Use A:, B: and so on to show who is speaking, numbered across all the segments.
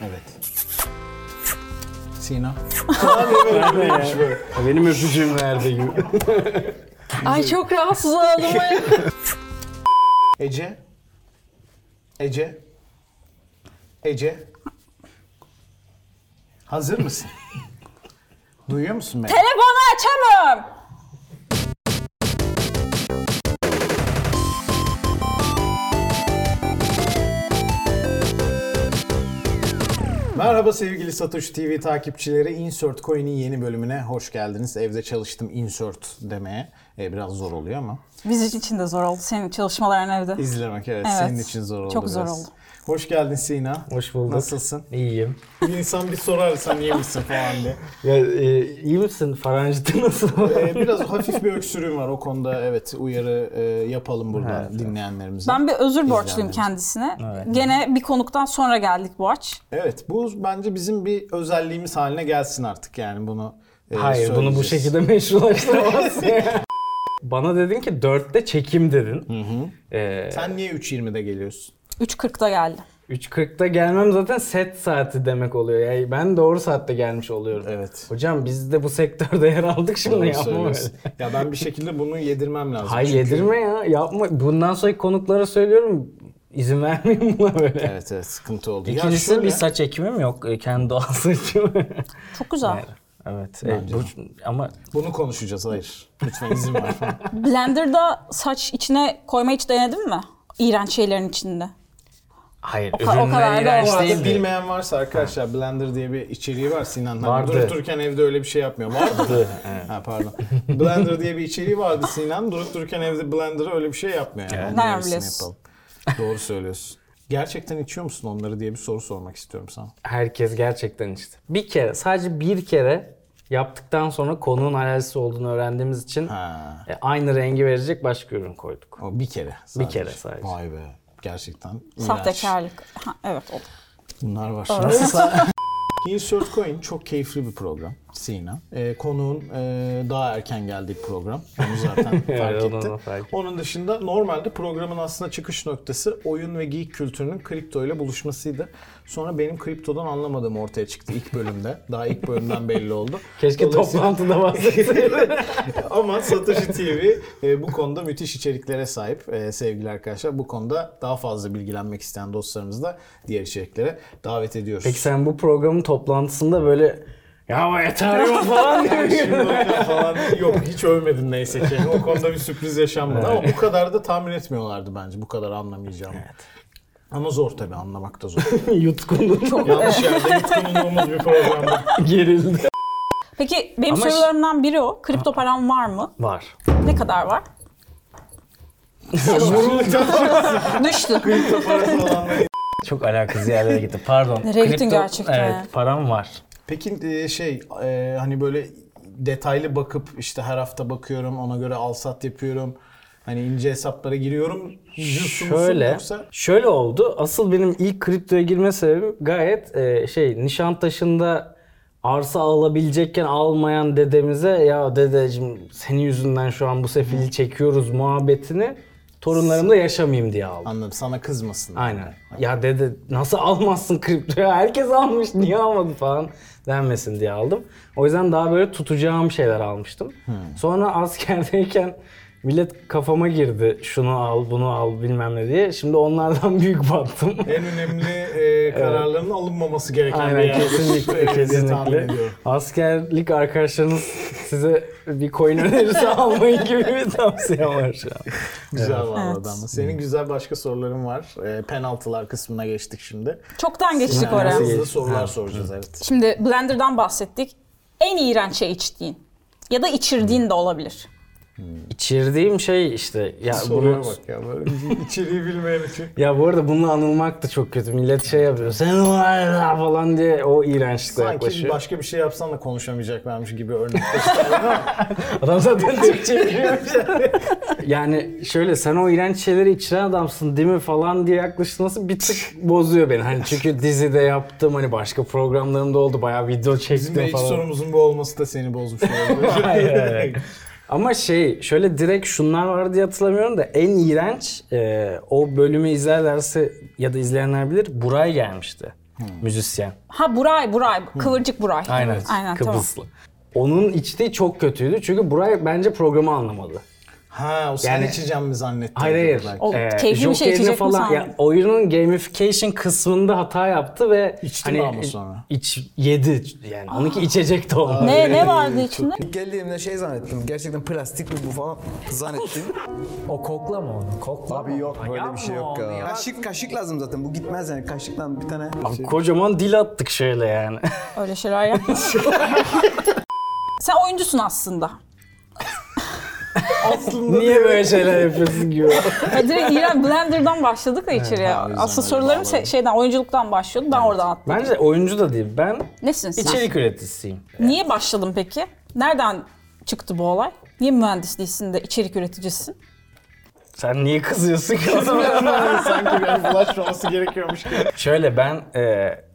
A: Evet. Sina.
B: Benim öpücüğüm verdi gibi.
C: Ay çok rahatsız oldum.
A: Ece. Ece. Ece. Hazır mısın? Duyuyor musun beni?
C: Telefonu açamam.
A: Merhaba sevgili Satoshi TV takipçileri. Insert Coin'in yeni bölümüne hoş geldiniz. Evde çalıştım insert demeye. E, biraz zor oluyor ama.
C: Bizim için de zor oldu. Senin çalışmaların evde.
A: İzlemek evet,
C: Evet.
A: senin için zor oldu
C: Çok zor
A: biraz.
C: oldu.
A: Hoş geldin Sina.
B: Hoş bulduk.
A: Nasılsın?
B: İyiyim.
A: Bir İnsan bir sorar sen iyi misin falan diye.
B: Ya e, iyi misin? Faranjit'i nasıl?
A: Ee, biraz hafif bir öksürüğüm var o konuda evet uyarı e, yapalım burada dinleyenlerimize.
C: Ben bir özür borçluyum
A: İzlenmemiş.
C: kendisine.
B: Evet.
C: Gene bir konuktan sonra geldik borç.
A: Evet bu bence bizim bir özelliğimiz haline gelsin artık yani bunu e,
B: Hayır bunu bu
A: söyleyeceğiz.
B: şekilde meşrulaştıramazsın. Bana dedin ki 4'te çekim dedin. Ee,
A: Sen niye 3.20'de geliyorsun?
C: 3.40'da geldi.
B: 3.40'da gelmem zaten set saati demek oluyor. Yani ben doğru saatte gelmiş oluyorum.
A: Evet.
B: Hocam biz de bu sektörde yer aldık şimdi
A: Doğru
B: yapma böyle.
A: söylüyorsun. ya ben bir şekilde bunu yedirmem lazım.
B: Hayır
A: çünkü-
B: yedirme ya yapma. Bundan sonraki konuklara söylüyorum izin vermeyin buna böyle.
A: Evet evet sıkıntı oldu. Ya
B: İkincisi
A: şöyle-
B: bir saç ekimim yok. E, Kendi doğal saçım.
C: Çok güzel.
B: evet. e,
A: Bence
B: bu, ama
A: Bunu konuşacağız hayır. Lütfen izin ver.
C: Blender'da saç içine koymayı hiç denedin mi? İğrenç şeylerin içinde.
B: hayır.
C: ka- o kadar da
B: iğrenç
C: olmaz.
B: değildi.
A: Bilmeyen varsa arkadaşlar Blender diye bir içeriği var Sinan. Hani
B: Vardı.
A: Durup dururken evde öyle bir şey yapmıyor. Vardı. mı? ha pardon. Blender diye bir içeriği vardı Sinan. Durup dururken evde Blender'a öyle bir şey yapmıyor. Yani. Onun
C: Nereden
A: yarısını
C: biliyorsun?
A: yapalım. Doğru söylüyorsun. Gerçekten içiyor musun onları diye bir soru sormak istiyorum sana.
B: Herkes gerçekten işte. Bir kere sadece bir kere yaptıktan sonra konunun alerjisi olduğunu öğrendiğimiz için
A: Ha.
B: e, aynı rengi verecek başka ürün koyduk.
A: O bir kere. sadece.
B: kere sadece.
A: Vay be. Gerçekten. iğrenç.
C: Sahtekarlık. Ha, evet oldu.
A: Bunlar var.
C: Doğru.
A: Nasıl Insert Coin çok keyifli bir program Sina. Ee, konuğun e, daha erken geldiği program. Onu zaten
B: Evet,
A: fark
B: onu
A: etti.
B: da fark ettim.
A: Onun dışında normalde programın aslında çıkış noktası oyun ve geek kültürünün kripto ile buluşmasıydı. Sonra benim kriptodan anlamadığım ortaya çıktı ilk bölümde. Daha ilk bölümden belli oldu.
B: Keşke
A: Dolayısıyla-
B: toplantıda bahsetseydin.
A: Ama Satoshi TV e, bu konuda müthiş içeriklere sahip e, sevgili arkadaşlar. Bu konuda daha fazla bilgilenmek isteyen dostlarımızı da diğer içeriklere davet ediyoruz.
B: Peki sen bu programın toplantısında böyle ya ama yeter ya falan diyor.
A: Şimdi hocam falan yok hiç övmedin neyse ki. O konuda bir sürpriz yaşanmadı ama bu kadar da tahmin etmiyorlardı bence bu kadar anlamayacağımı. Ama zor tabii anlamak da zor.
B: Yutkundum.
A: Yanlış yerde yutkunduğumuz bir programda.
B: Gerildi.
C: Peki benim
B: Ama ş-
C: sorularımdan biri o. Kripto param var mı?
B: Var.
C: Ne kadar var? Düştü.
B: Çok alakasız yerlere gitti. Pardon.
C: Nereye gittin gerçekten?
B: Evet param var.
A: Peki e, şey e, hani böyle detaylı bakıp işte her hafta bakıyorum ona göre alsat yapıyorum. Hani ince hesaplara giriyorum. Yüzsün musun
B: Şöyle,
A: Yoksa...
B: şöyle oldu. Asıl benim ilk kriptoya girme sebebim gayet e, şey Nişantaşı'nda arsa alabilecekken almayan dedemize ya dedeciğim senin yüzünden şu an bu sefili çekiyoruz muhabbetini torunlarımda yaşamayayım diye aldım.
A: Anladım sana kızmasın.
B: Aynen. Ya dede nasıl almazsın kriptoyu? Herkes almış niye almadın falan denmesin diye aldım. O yüzden daha böyle tutacağım şeyler almıştım.
A: Hmm.
B: Sonra askerdeyken millet kafama girdi. Şunu al, bunu al bilmem ne diye. Şimdi onlardan büyük battım.
A: En önemli e, kararların alınmaması gereken bir
B: Aynen
A: yer.
B: kesinlikle kesinlikle. Askerlik arkadaşlarınız size bir coin önerisi almayın gibi bir tavsiye var şu an.
A: Güzel vallahi
C: Evet.
A: ama. Senin güzel başka soruların var. E, penaltılar kısmına geçtik şimdi.
C: Çoktan geçtik
B: Sinema
C: oraya.
B: nasıl
A: Hızlı
B: geçtik.
A: sorular
B: Ha.
A: soracağız evet.
C: Şimdi Blender'dan bahsettik. En iğrenç şey içtiğin ya da içirdiğin de olabilir.
B: İçirdiğim şey işte ya
A: Soruya
B: bunu
A: bak ya böyle şey içeriği bilmeyen için.
B: Ya bu arada bununla anılmak da çok kötü. Millet şey yapıyor. Sen var ya" falan diye o iğrençlikle
A: Sanki
B: yaklaşıyor.
A: başka bir şey yapsan da konuşamayacak vermiş gibi örnek.
B: Adam zaten Türkçe biliyormuş. yani şöyle sen o iğrenç şeyleri içiren adamsın değil mi falan diye yaklaşılması bir tık bozuyor beni. Hani çünkü dizide yaptım hani başka programlarımda oldu bayağı video
A: Bizim
B: çektim
A: de ilk
B: falan.
A: sorumuzun bu olması da seni bozmuş. olabilir.
B: Hayır, hayır. Ama şey şöyle direkt şunlar var diye hatırlamıyorum da en iğrenç e, o bölümü izlerlerse ya da izleyenler bilir Buray gelmişti.
A: Hmm.
B: Müzisyen.
C: Ha Buray, Buray. Kıvırcık Buray.
B: Aynen.
C: Aynen tamam.
B: Kıbrıslı. Onun içtiği çok kötüydü çünkü Buray bence programı anlamadı.
A: Ha o sen
B: Yani-
A: içeceğim mi zannettin?
B: Hayır hayır.
A: Belki.
C: O keyifli bir şey
B: Joker'ini
C: içecek mi
B: falan,
C: sandın?
B: ya oyunun gamification kısmında hata yaptı ve hani
A: İçti mi ama sonra?
B: iç yedi yani. Onunki içecek de olmadı.
C: Ah. Ne, ne vardı içinde?
D: İlk geldiğimde şey zannettim. Gerçekten plastik mi bu falan zannettim.
B: O kokla mı onu? Kokla
D: Abi yok böyle bir şey yok
B: Yapma onu
D: ya.
B: ya.
D: Kaşık kaşık lazım zaten. Bu gitmez yani kaşıkla bir tane. şey.
B: Kocaman dil attık şöyle yani.
C: Öyle şeyler yapma. Sen oyuncusun aslında.
B: Niye böyle şeyler yapıyorsun gibi.
C: Ya direkt İrem Blender'dan başladık da içeriye.
A: o yüzden
C: Aslında
A: öyle
C: sorularım
A: bağladım.
C: se- şeyden, oyunculuktan başlıyordu. Ben oradan attım.
B: Bence oyuncu da değil. Ben
C: Nesin sen?
B: içerik üreticisiyim.
C: Niye başladın peki? Nereden çıktı bu olay? Niye mühendis değilsin de içerik üreticisin?
B: Sen niye kızıyorsun ki o zaman?
A: Sanki bir bulaşmaması gerekiyormuş gibi.
B: Şöyle ben e,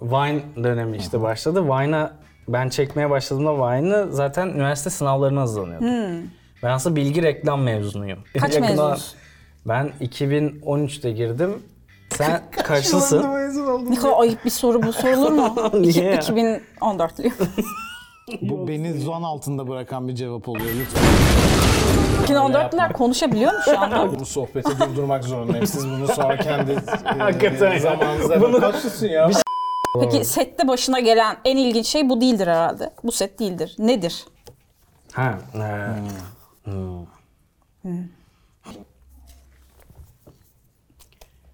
B: Vine dönemi işte başladı. Vine'a ben çekmeye başladığımda Vine'ı zaten üniversite sınavlarına hazırlanıyordum. Ben aslında bilgi reklam mezunuyum.
C: Kaç
B: Yakında-
C: mezunsun?
B: Ben 2013'te girdim. Sen kaçlısın?
C: Ne kadar ayıp bir soru bu sorulur mu? İki-
B: Niye ya?
C: 2014'lüyüm.
A: Bu beni zon altında bırakan bir cevap oluyor lütfen.
C: 2014'lüler konuşabiliyor mu şu anda?
A: Bu sohbeti durdurmak zorundayım. Siz bunu sonra kendi
B: Hakikaten
A: e,
B: ya.
A: zamanınızda bunu...
B: Bunu-
A: ya.
C: Peki sette başına gelen en ilginç şey bu değildir herhalde. Bu set değildir. Nedir?
B: Ha. e, hmm.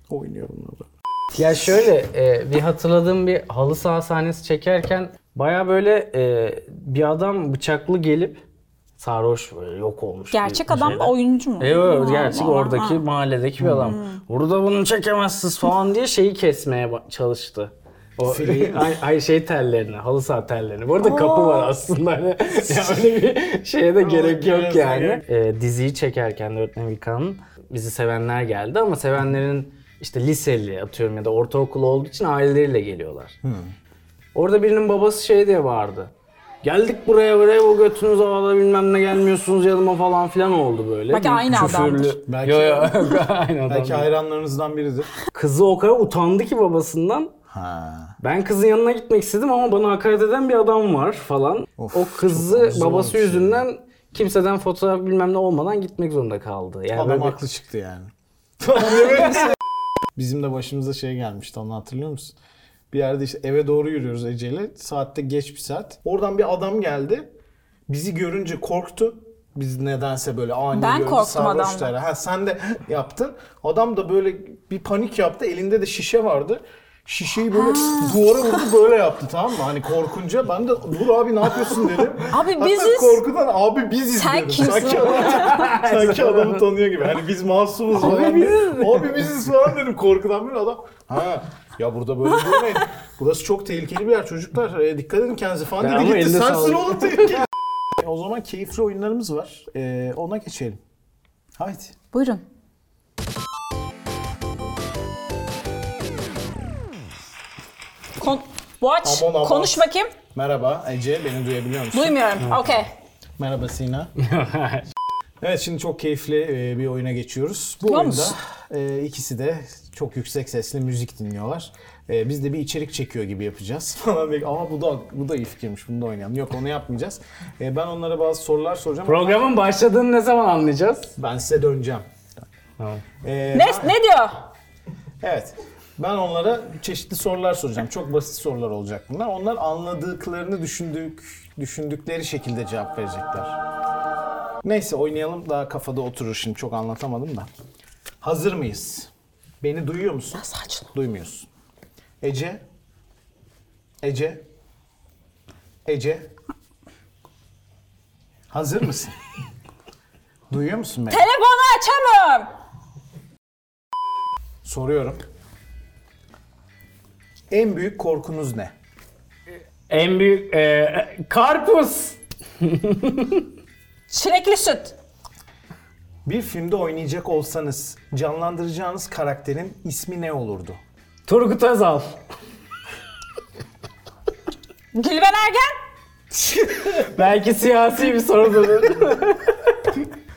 A: Oynuyorum orada.
B: Ya şöyle e, bir hatırladığım bir halı saha sahnesi çekerken baya böyle e, bir adam bıçaklı gelip sarhoş böyle yok olmuş. bir şey
C: Gerçek adam mı
B: şeyden.
C: oyuncu mu?
B: Evet
C: Ha,
B: gerçek
C: ha,
B: oradaki
C: ha. Hmm.
B: mahalledeki bir adam. Burada bunu çekemezsiniz falan diye şeyi kesmeye ba- çalıştı. O ay, ay şey tellerini, halı saha tellerini. Bu arada kapı var aslında. Hani, ya öyle bir şeye de gerek yok
A: gerek yok.
B: yani. Ee, diziyi çekerken de Öğretmen Vilkan'ın bizi sevenler geldi ama sevenlerin işte liseli atıyorum ya da ortaokul olduğu için aileleriyle geliyorlar. Orada birinin babası şey diye bağırdı. Geldik buraya buraya bu götünüz havada bilmem ne gelmiyorsunuz yanıma falan filan oldu böyle.
C: Belki
B: Bir
C: aynı
B: küfürlü-
C: adamdır.
A: Belki-
B: Yo, yo, aynı adam.
A: Belki hayranlarınızdan biridir.
B: Kızı o kadar utandı ki babasından.
A: Ha.
B: Ben kızın yanına gitmek istedim ama bana hakaret eden bir adam var falan.
A: Of,
B: o
A: çok
B: kızı
A: zor
B: babası
A: bir şey.
B: yüzünden kimseden fotoğraf bilmem ne olmadan gitmek zorunda kaldı. Yani
A: Adam
B: böyle bir-
A: haklı çıktı yani. Bizim de başımıza şey gelmişti onu hatırlıyor musun? Bir yerde işte eve doğru yürüyoruz Ece'yle. Saatte geç bir saat. Oradan bir adam geldi. Bizi görünce korktu. Biz nedense böyle ani
C: Ben
A: gördü,
C: korktum
A: sarhoştu
C: adamdan.
A: herhalde. Ha sen de yaptın. Adam da böyle bir panik yaptı. Elinde de şişe vardı. Şişeyi böyle duvara vurdu böyle yaptı tamam mı? Hani korkunca ben de dur abi ne yapıyorsun dedim.
C: Abi
A: Hatta
C: biziz.
A: korkudan abi biziz
C: Sen
A: dedim.
C: kimsin?
A: Sanki adam- Sanki adamı tanıyor gibi. Hani biz masumuz falan. Abi biziz. Abi biziz falan dedim korkudan böyle adam. Ha ya burada böyle durmayın. Burası çok tehlikeli bir yer çocuklar. E, dikkat edin kendinize falan
B: Ya
A: dedi
B: ama
A: gitti.
B: elinde
A: Sensin
B: sağlık.
A: oğlum tehlikeli. E, o zaman keyifli oyunlarımız var. E, ona geçelim. Haydi.
C: Buyurun. Kon Watch,
A: Aman, aman.
C: konuş bakayım.
A: Merhaba Ece beni duyabiliyor musun?
C: Duymuyorum. Okey.
A: Merhaba Sina. Evet şimdi çok keyifli e, bir oyuna geçiyoruz. Bu
C: Tamam
A: oyunda
C: mısın?
A: e, ikisi de çok yüksek sesli müzik dinliyorlar. E, Biz de bir içerik çekiyor gibi yapacağız falan. diye. Ama bu da bu da iyi fikirmiş. Bunu da oynayalım. Yok onu yapmayacağız. E, Ben onlara bazı sorular soracağım. ama
B: Programın başladığını ne zaman anlayacağız?
A: Ben size döneceğim.
B: Tamam.
A: E,
C: Ne, ne diyor?
A: Evet. Ben onlara çeşitli sorular soracağım. Çok basit sorular olacak bunlar. Onlar anladıklarını düşündük, düşündükleri şekilde cevap verecekler. Neyse oynayalım daha kafada oturur şimdi çok anlatamadım da. Hazır mıyız? Beni duyuyor musun?
C: Saçma.
A: Duymuyorsun. Ece? Ece? Ece? Hazır mısın? Duyuyor musun beni?
C: Telefonu açamıyorum.
A: Soruyorum. En büyük korkunuz ne?
B: En büyük e, karpuz.
C: Çilekli süt.
A: Bir filmde oynayacak olsanız canlandıracağınız karakterin ismi ne olurdu?
B: Turgut Özal.
C: Gülben Ergen.
B: Belki siyasi bir sorudur.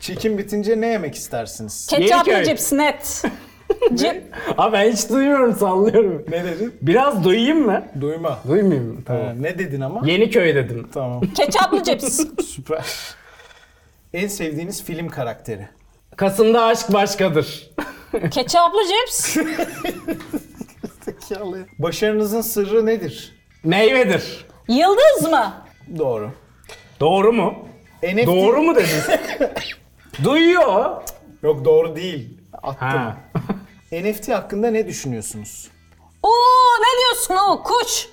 A: Çekim bitince ne yemek istersiniz?
C: Ketçap
B: Yeniköy.
C: ve cips net. Cep,
B: Abi ben hiç duymuyorum sallıyorum.
A: Ne dedin?
B: Biraz duyayım mı?
A: Duyma.
B: Duymayayım mı? Tamam.
A: Ha, ne dedin ama?
B: Yeniköy dedim.
A: Tamam.
C: ketçaplı cepsiz.
A: Süper. En sevdiğiniz film karakteri.
B: Kasım'da aşk başkadır.
C: Ketçaplı ceps.
A: Başarınızın sırrı nedir?
B: Meyvedir.
C: Yıldız mı?
A: Doğru.
B: Doğru mu?
A: NFT...
B: Doğru mu dediniz? Duyuyor.
A: Yok doğru değil. Attım.
B: Ha.
A: NFT hakkında ne düşünüyorsunuz?
C: Oo ne diyorsun o kuş?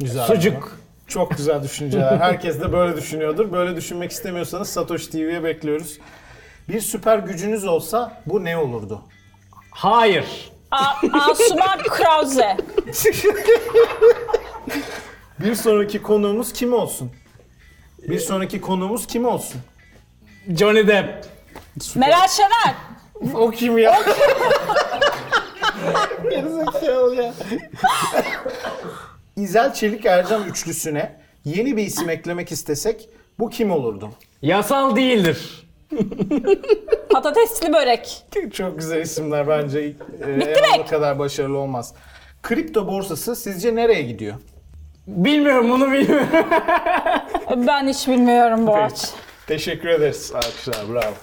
A: Güzel.
B: Sucuk.
A: Çok güzel düşünceler. Herkes de böyle düşünüyordur. Böyle düşünmek istemiyorsanız Satoshi TV'ye bekliyoruz. Bir süper gücünüz olsa bu ne olurdu?
B: Hayır.
C: A- Asuman Krause.
A: Bir sonraki konuğumuz kim olsun? Bir sonraki konuğumuz kim olsun?
B: Johnny Depp.
C: Meral Şener.
A: O kim ya? Gerizekalı ya. İzel Çelik Ercan üçlüsüne yeni bir isim eklemek istesek bu kim olurdu?
B: Yasal değildir.
C: Patatesli börek.
A: Çok güzel isimler bence. Ee,
C: Bitti
A: eğer
C: mi?
A: bu kadar başarılı olmaz. Kripto borsası sizce nereye gidiyor?
B: Bilmiyorum bunu bilmiyorum.
C: Ben hiç bilmiyorum Boğaç.
A: Teşekkür ederiz arkadaşlar. Bravo.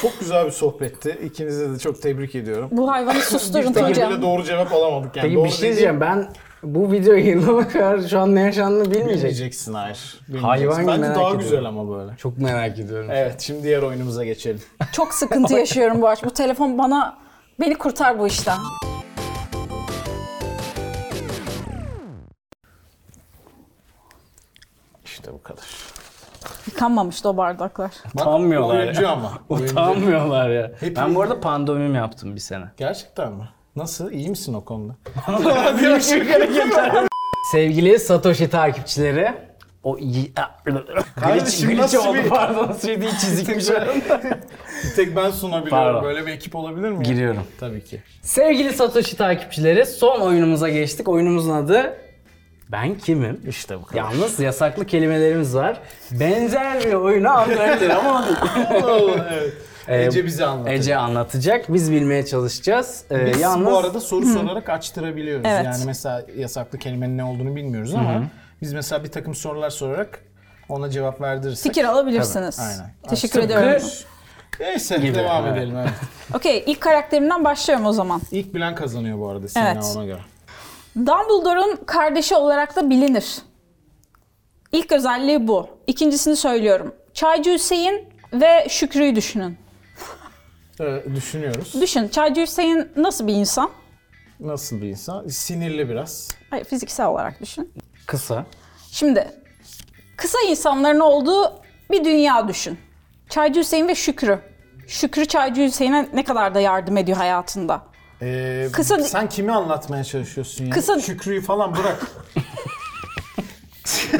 A: Çok güzel bir sohbetti. İkinize de çok tebrik ediyorum.
C: Bu hayvanı susturun
A: Bir tane
C: hocam.
A: bile doğru cevap alamadık yani.
B: Peki
A: doğru
B: bir şey diyeceğim ben bu video yayınlama kadar şu an ne yaşandığını bilmeyecek.
A: Bilmeyeceksin hayır. Bilmeyeceksin.
B: Hayvan gibi
A: Bence
B: merak
A: daha
B: ediyorum.
A: güzel ama böyle.
B: Çok merak ediyorum.
A: Evet şimdi diğer oyunumuza geçelim.
C: Çok sıkıntı yaşıyorum Boğaç. Bu telefon bana beni kurtar bu işten.
A: İşte bu kadar.
C: Yıkanmamıştı o bardaklar.
B: Utanmıyorlar ya.
A: Oyuncu ama. Oyuncu.
B: Utanmıyorlar ya.
A: Hep
B: ben
A: iyi.
B: bu arada pandomim yaptım bir sene.
A: Gerçekten mi? Nasıl? İyi misin o konuda?
B: Sevgili Satoshi takipçileri o iyi...
A: Kardeşim,
B: Glitch, glitch
A: nasıl
B: oldu
A: bir-
B: pardon 3D çizikmiş.
A: Bir tek ben sunabiliyorum.
B: Pardon.
A: Böyle bir ekip olabilir mi?
B: Giriyorum.
A: Tabii ki.
B: Sevgili Satoshi takipçileri son oyunumuza geçtik. Oyunumuzun adı Ben Kimim?
A: İşte bu kadar.
B: Yalnız yasaklı kelimelerimiz var. Benzer bir oyunu anlatır ama
A: evet.
B: Ee,
A: Ece bizi anlatacak.
B: Ece anlatacak. Biz bilmeye çalışacağız. Ee,
A: Biz
B: yalnız
A: bu arada soru sorarak açtırabiliyoruz.
C: Evet.
A: Yani mesela yasaklı kelimenin ne olduğunu bilmiyoruz ama biz mesela bir takım sorular sorarak ona cevap verdirirsek.
C: Fikir alabilirsiniz.
A: Aynen.
C: Teşekkür
B: Tıpkı-
C: ediyorum.
A: Neyse
B: Gibi,
A: devam
B: evet.
A: edelim. Evet.
C: Okey ilk karakterimden başlıyorum o zaman.
A: İlk bilen kazanıyor bu arada Sina
C: Evet.
A: ona göre.
C: Dumbledore'un kardeşi olarak da bilinir. İlk özelliği bu. İkincisini söylüyorum. Çaycı Hüseyin ve Şükrü'yü düşünün.
A: Ee, düşünüyoruz.
C: Düşün, Çaycı Hüseyin nasıl bir insan?
A: Nasıl bir insan? Sinirli biraz.
C: Hayır, fiziksel olarak düşün.
B: kısa.
C: Şimdi, kısa insanların olduğu bir dünya düşün. Çaycı Hüseyin ve Şükrü. Şükrü Çaycı Hüseyin'e ne kadar da yardım ediyor hayatında.
A: Ee,
C: Kısa-
A: Sen kimi anlatmaya çalışıyorsun ya?
C: Kısa-
A: Şükrü'yü falan bırak.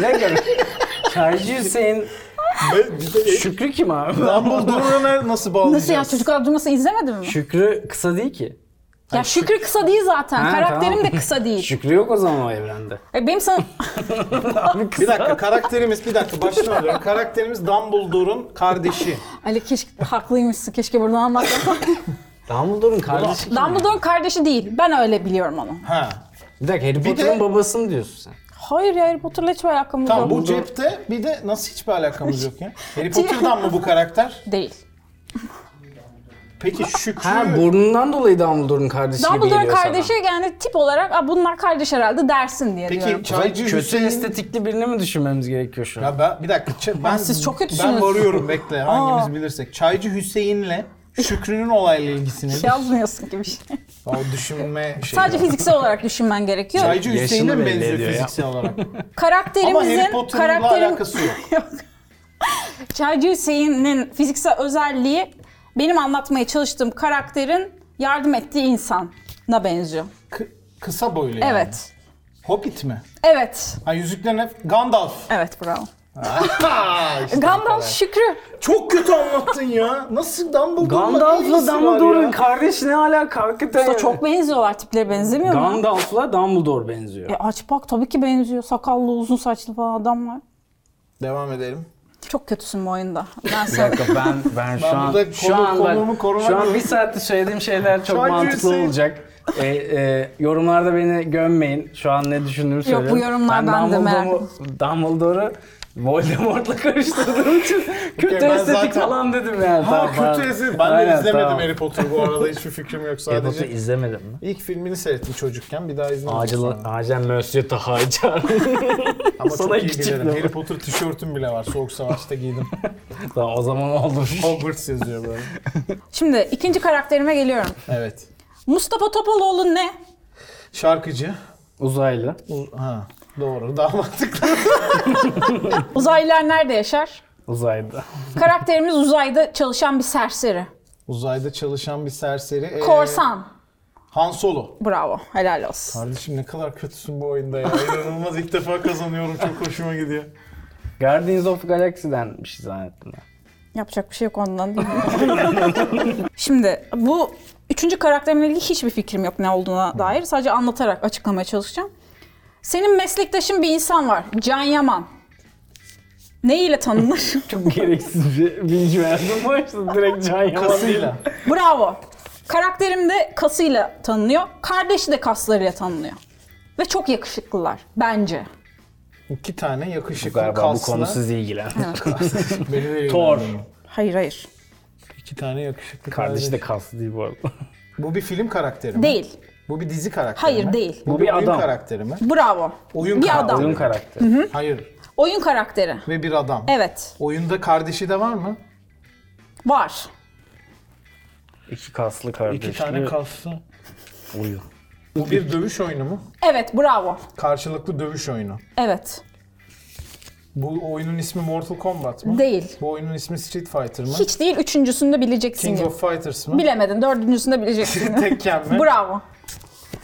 B: Ne göre? Çaycı Hüseyin. Şükrü kim abi?
A: Dumbledore'a nasıl bağlayacağız?
C: Nasıl ya çocuklar durması izlemedin mi?
B: Şükrü kısa değil ki.
C: Ya Şükrü kısa değil zaten.
B: Ha,
C: Karakterim
B: tamam.
C: de kısa değil.
B: Şükrü yok o zaman o evrende.
C: E, Benim sana
A: Bir dakika karakterimiz bir dakika baştan alıyorum. Karakterimiz Dumbledore'un kardeşi.
C: Ali keşke haklıymışsın. Keşke buradan anlatmasaydın.
B: Dumbledore'un kardeşi kim?
C: Dumbledore kardeşi değil. Ben öyle biliyorum onu.
A: Ha.
B: Bir dakika Harry Potter'ın babasını diyorsun sen.
C: Hayır ya Harry Potter'la hiçbir alakamız
A: Tamam bu
C: yok.
A: cepte bir de nasıl hiçbir alakamız yok ya? Harry Potter'dan mı bu karakter?
C: Değil.
A: Peki Şükrü
B: Ha burnundan dolayı Dumbledore'un kardeşi
A: şey
B: gibi
C: Dumbledore
B: geliyor sana.
C: kardeşi yani tip olarak "Aa, bunlar kardeş herhalde dersin diye diyorum.
A: Peki
B: O zaman
A: Çaycı
B: kötü
A: Hüseyin...
B: estetikli birini mi düşünmemiz gerekiyor şu an?
A: Ya ben, bir dakika ç- ben,
C: siz çok
A: ben
C: kötüsünüz.
A: varıyorum bekle hangimiz bilirsek. Çaycı Hüseyin'le Şükrü'nün olayla ilgisi nedir?
C: Yazmıyorsun ki bir şey.
A: O düşünme şeyi.
C: Sadece fiziksel olarak düşünmen gerekiyor.
A: Çaycı Hüseyin'e
B: Yaşını
A: mi
B: belli
A: benziyor
B: ediyor ya.
A: fiziksel olarak? Ama Harry
C: Karakterimizin
A: Potter'la
C: karakterim
A: alakası yok.
C: Çaycı Hüseyin'in fiziksel özelliği benim anlatmaya çalıştığım karakterin yardım ettiği insana benziyor.
A: Kı- kısa boylu yani.
C: Evet.
A: Hobbit mi?
C: Evet.
A: Ha yüzüklerin hep Gandalf.
C: Evet bravo.
A: Ha, işte
C: Gandalf Şükrü.
A: Çok kötü anlattın ya. Nasıl Dumbledore'la
B: Gandalf'la Dumbledore'un
A: Dumbledore'un
B: kardeşi ne alaka hakikaten?
C: Da
B: yani.
C: çok benziyorlar. Tipleri benzemiyor mu?
B: Gandalf'la Dumbledore benziyor.
C: E aç bak tabii ki benziyor. Sakallı, uzun saçlı falan adam var.
A: Devam edelim.
C: Çok kötüsün bu oyunda. Ben
B: Bir
C: sana
B: dakika ben ben şu
A: Ben
B: an
A: burada
B: şu
A: konu-
B: an bak-
A: konuğumu korumak- şey-
B: şu an bir saatte söylediğim şeyler çok
A: an
B: mantıklı
A: yürüseyim.
B: olacak. E, e, yorumlarda beni gömmeyin. Şu an ne düşündüğümü söylüyorum.
C: bu yorumlar ben de
B: Dumbledore'u- Dumbledore'u Voldemort'la karıştırdığım için kötü
A: Okey, ben
B: estetik
A: zaten-
B: falan dedim yani.
A: Ha
B: Tamam,
A: kötü esin. Ben
B: Aynen,
A: de izlemedim
B: tamam.
A: Harry Potter'ı bu arada hiçbir fikrim yok
B: Harry Potter'ı
A: sadece.
B: izlemedim mi?
A: İlk filmini seyrettim çocukken bir daha izlemedim.
B: Acil,
A: sonra.
B: acilen Monsieur Tahacar.
A: Ama
B: sana
A: çok iyi
B: küçük
A: bilirim.
B: lafı.
A: Harry Potter tişörtüm bile var. Soğuk savaşta giydim.
B: tamam o zaman olur.
A: Hogwarts yazıyor böyle.
C: Şimdi ikinci karakterime geliyorum.
A: Evet.
C: Mustafa Topaloğlu ne?
A: Şarkıcı.
B: Uzaylı.
A: U- Ha. Doğru. Daha mantıklı.
C: Uzaylılar nerede yaşar?
B: Uzayda.
C: Karakterimiz uzayda çalışan bir serseri.
A: Uzayda çalışan bir serseri. Ee,
C: Korsan.
A: Han Solo.
C: Bravo. Helal olsun.
A: Kardeşim ne kadar kötüsün bu oyunda ya. İnanılmaz ilk defa kazanıyorum. Çok hoşuma gidiyor.
B: Guardians of Galaxy'den bir şey zannettim ben.
C: Yapacak bir şey yok ondan değil mi? Şimdi bu üçüncü karakterimle ilgili hiçbir fikrim yok ne olduğuna dair. Sadece anlatarak açıklamaya çalışacağım. Senin meslektaşın bir insan var. Can Yaman. Ne ile tanınır?
B: Çok gereksiz bir bilgi verdim. Başta direkt can yalan.
A: Kasıyla.
C: Bravo. Karakterim de kasıyla tanınıyor. Kardeşi de kaslarıyla tanınıyor. Ve çok yakışıklılar bence.
A: İki tane yakışıklı
B: Galiba bu
A: kaslı.
B: konu sizi ilgilendirir.
A: Beni de
B: Thor.
A: ilgilendiriyor.
C: Hayır hayır.
A: İki tane yakışıklı
B: Kardeşi
A: kardeş.
B: de kaslı değil bu arada.
A: Bu bir film karakteri mi?
C: Değil.
A: Bu bir dizi karakteri
C: Hayır,
A: mi?
C: değil.
B: Bu
A: Bu,
B: bir
A: bir oyun
B: adam.
A: karakteri mi?
C: Bravo.
A: Oyun
C: bir
A: karakteri.
C: adam.
B: Oyun
C: Oyun,
B: karakteri.
A: Hayır.
C: karakteri.
A: Ve bir adam.
C: Evet.
A: Oyunda kardeşi de var mı?
C: Var.
B: İki kaslı
A: İki
B: kardeşli.
A: tane kaslı.
B: Oyun.
A: Bu bir dövüş oyunu mu?
C: Evet bravo.
A: Karşılıklı dövüş oyunu.
C: Evet.
A: Bu oyunun ismi Mortal Kombat mı?
C: Değil.
A: Bu oyunun ismi Street Fighter mı?
C: Hiç değil üçüncüsünü de bileceksin.
A: King
C: gibi.
A: of Fighters mı?
C: Bilemedin dördüncüsünü de bileceksin.
A: Tekken mi?
C: bravo.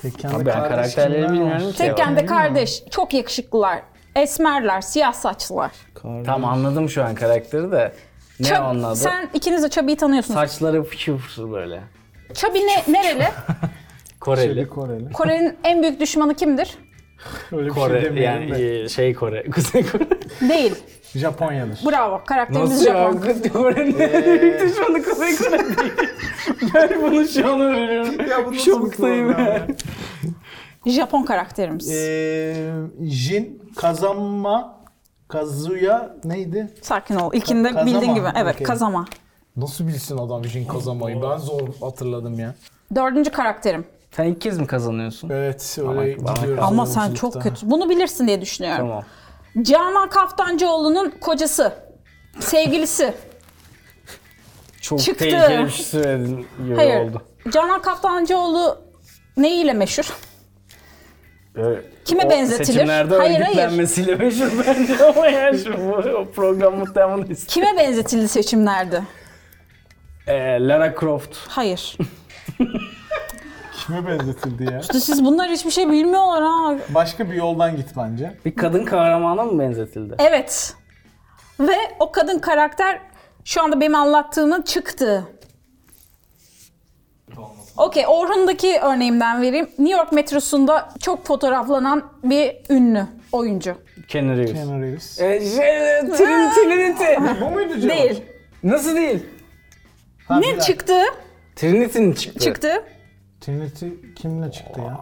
A: Tekken
B: Abi ben karakterleri bilmiyorum ki.
C: Tekken'de kardeş çok yakışıklılar. Esmerler, siyah saçlılar.
B: Tam anladım şu an karakteri de. Ne
C: Çab-
B: anladı?
C: Sen ikiniz de Chubby'yi tanıyorsunuz.
B: Saçları fışır fışır böyle.
C: Chubby ne, nereli?
A: Şey,
B: Koreli.
A: Koreli.
C: Kore'nin en büyük düşmanı kimdir?
A: Öyle bir şey
B: Kore
A: demeyelim
B: yani
A: de.
B: e, şey Kore. Kuzey Kore.
C: Değil.
A: Japonya'dır.
C: Bravo. Karakterimiz
B: Nasıl ya?
C: Japon.
B: Kuzey Kore ne?
A: Ee.
B: Büyük düşmanı Kuzey Kore değil. Yani bunu şu an öğreniyorum.
A: Ya bu nasıl
B: Şoktayım
A: bir program
B: yani.
A: ya?
C: Japon karakterimiz.
A: Ee, Jin Kazama Kazuya neydi?
C: Sakin ol. İlkinde
A: Kazama.
C: bildiğin gibi. Evet,
A: Okey.
C: kazama.
A: Nasıl bilsin adam Jin Kazama'yı? Ben zor hatırladım ya.
C: Dördüncü karakterim.
B: Sen ilk kez mi kazanıyorsun?
A: Evet öyle
B: bak.
A: gidiyoruz.
C: Ama sen
A: yolculukta.
C: çok kötü. Bunu bilirsin diye düşünüyorum.
B: Tamam.
C: Canan Kaftancıoğlu'nun kocası. Sevgilisi.
B: Çok
C: Çıktı.
B: tehlikeli bir şey söyledin gibi
C: Hayır.
B: oldu.
C: Canan Kaftancıoğlu neyiyle meşhur?
B: Evet.
C: Kime
B: O
C: benzetilir?
B: Seçimlerde
C: Hayır,
B: örgütlenmesiyle meşhur bence ama yani şu, bu- o program muhtemelen is-
C: Kime benzetildi seçimlerde?
B: Ee, Lara Croft.
C: Hayır.
A: Kime benzetildi ya?
C: İşte siz bunlar hiçbir şey bilmiyorlar ha.
A: Başka bir yoldan git bence.
B: Bir kadın kahramana mı benzetildi?
C: Evet. Ve o kadın karakter şu anda benim anlattığımın çıktı. Okey, Orhun'daki örneğimden vereyim. New York metrosunda çok fotoğraflanan bir ünlü oyuncu.
B: Keanu Reeves.
A: Keanu Reeves.
B: Ee, şey, Trinity, Trinity.
A: E, Bu muydu cevap?
C: Değil.
B: Nasıl değil?
A: Ha, bir
C: Ne
A: dakika.
C: çıktı?
B: Trinity'nin çıktı.
C: Çıktı.
A: Trinity kimle çıktı ya?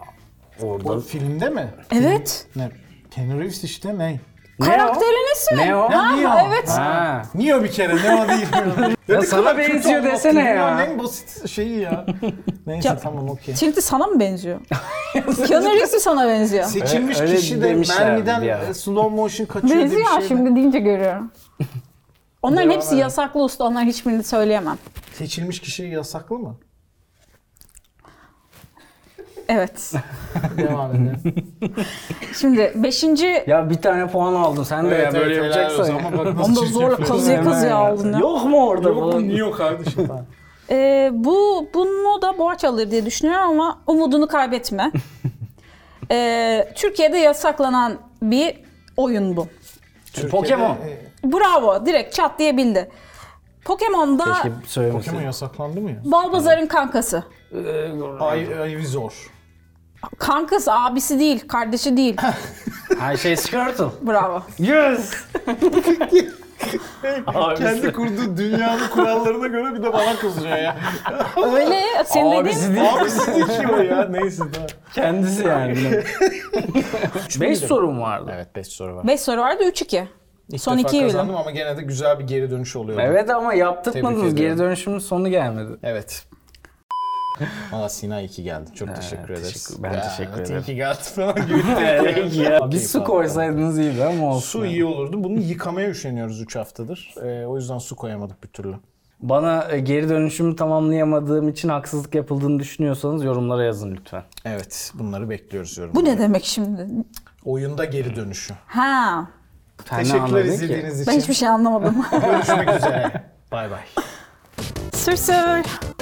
B: Orada.
A: Bu filmde mi?
C: Evet.
A: Ne? Keanu Reeves işte ne?
B: Ne o?
C: Karakterin ismi.
B: Ne o?
C: Ha,
A: Neo.
C: evet.
B: Ha.
A: Niye bir kere ne o değil.
B: Ya sana benziyor desene ya.
A: En basit şeyi ya. Neyse
C: Ya-
A: tamam okey.
C: Trinity sana mı benziyor? Keanu Reeves mi sana benziyor?
A: Seçilmiş
B: E, Öyle
A: kişi de
B: demişlerdi
A: mermiden
B: bir ara.
A: e, slow motion kaçıyor diye bir şey.
C: Benziyor
A: de-
C: şimdi deyince görüyorum. Onların
A: Devam
C: hepsi
A: edelim.
C: yasaklı usta. Onların hiçbirini söyleyemem.
A: Seçilmiş kişi yasaklı mı?
C: Evet.
A: Devam edelim.
C: Şimdi beşinci
B: Ya bir tane puan aldın sen de ya böyle yapacaksın. ya.
A: Ama bak
C: Onu da
A: nasıl
C: zorla kazıya kazıya aldın ya.
B: Yok mu orada falan?
A: Niye yok kardeşim?
C: Ee, bu bunu da boğaç alır diye düşünüyorum ama umudunu kaybetme. Ee, Türkiye'de yasaklanan bir oyun bu.
B: Pokemon.
A: Türkiye'de, e,
C: Bravo direkt çat diye bildi. Pokemon'da
B: Keşke
A: Pokemon
B: söylemeseydin.
A: yasaklandı mı ya?
C: Balbazar'ın kankası.
A: Ay, ay zor.
C: Kankası abisi değil, kardeşi değil.
B: Her şey Squirtle.
C: Bravo.
B: Yes! Abisi.
A: Kendi kurduğu dünyanın kurallarına göre bir de bana kızıyor ya.
C: Öyle senin dediğin
B: Abisi değil.
A: Abi sizi kim o ya? Neyse tamam.
B: Kendisi yani. Beş sorum vardı.
A: Evet 5 soru var.
C: 5 soru vardı 3-2. Son
A: defa
C: 2'yi bildim.
A: kazandım ama gene de güzel bir geri dönüş oluyor.
B: Evet ama
A: Tebrik
B: yaptırtmadınız. Geri
A: ediyorum.
B: dönüşümün sonu gelmedi.
A: Evet. Valla Sina iyi ki geldin. Çok teşekkür ederiz.
B: teşekkür- ben teşekkür
A: evet,
B: ederim.
A: İyi ki geldin falan gibi.
B: Bir su koysaydınız iyiydi ama olsun.
A: Su iyi olurdu. Bunu yıkamaya üşeniyoruz 3 haftadır. Ee, o yüzden su koyamadık bir türlü.
B: Bana e, geri dönüşümü tamamlayamadığım için haksızlık yapıldığını düşünüyorsanız yorumlara yazın lütfen.
A: Evet bunları bekliyoruz yorumlara.
C: Bu ne demek şimdi?
A: Oyunda geri dönüşü.
C: Ha.
B: Sen ne
A: Teşekkürler
B: anladın ki?
A: izlediğiniz
C: Ben şey
A: için.
C: hiçbir şey anlamadım.
A: Görüşmek üzere. Bay bay.
C: sür sür.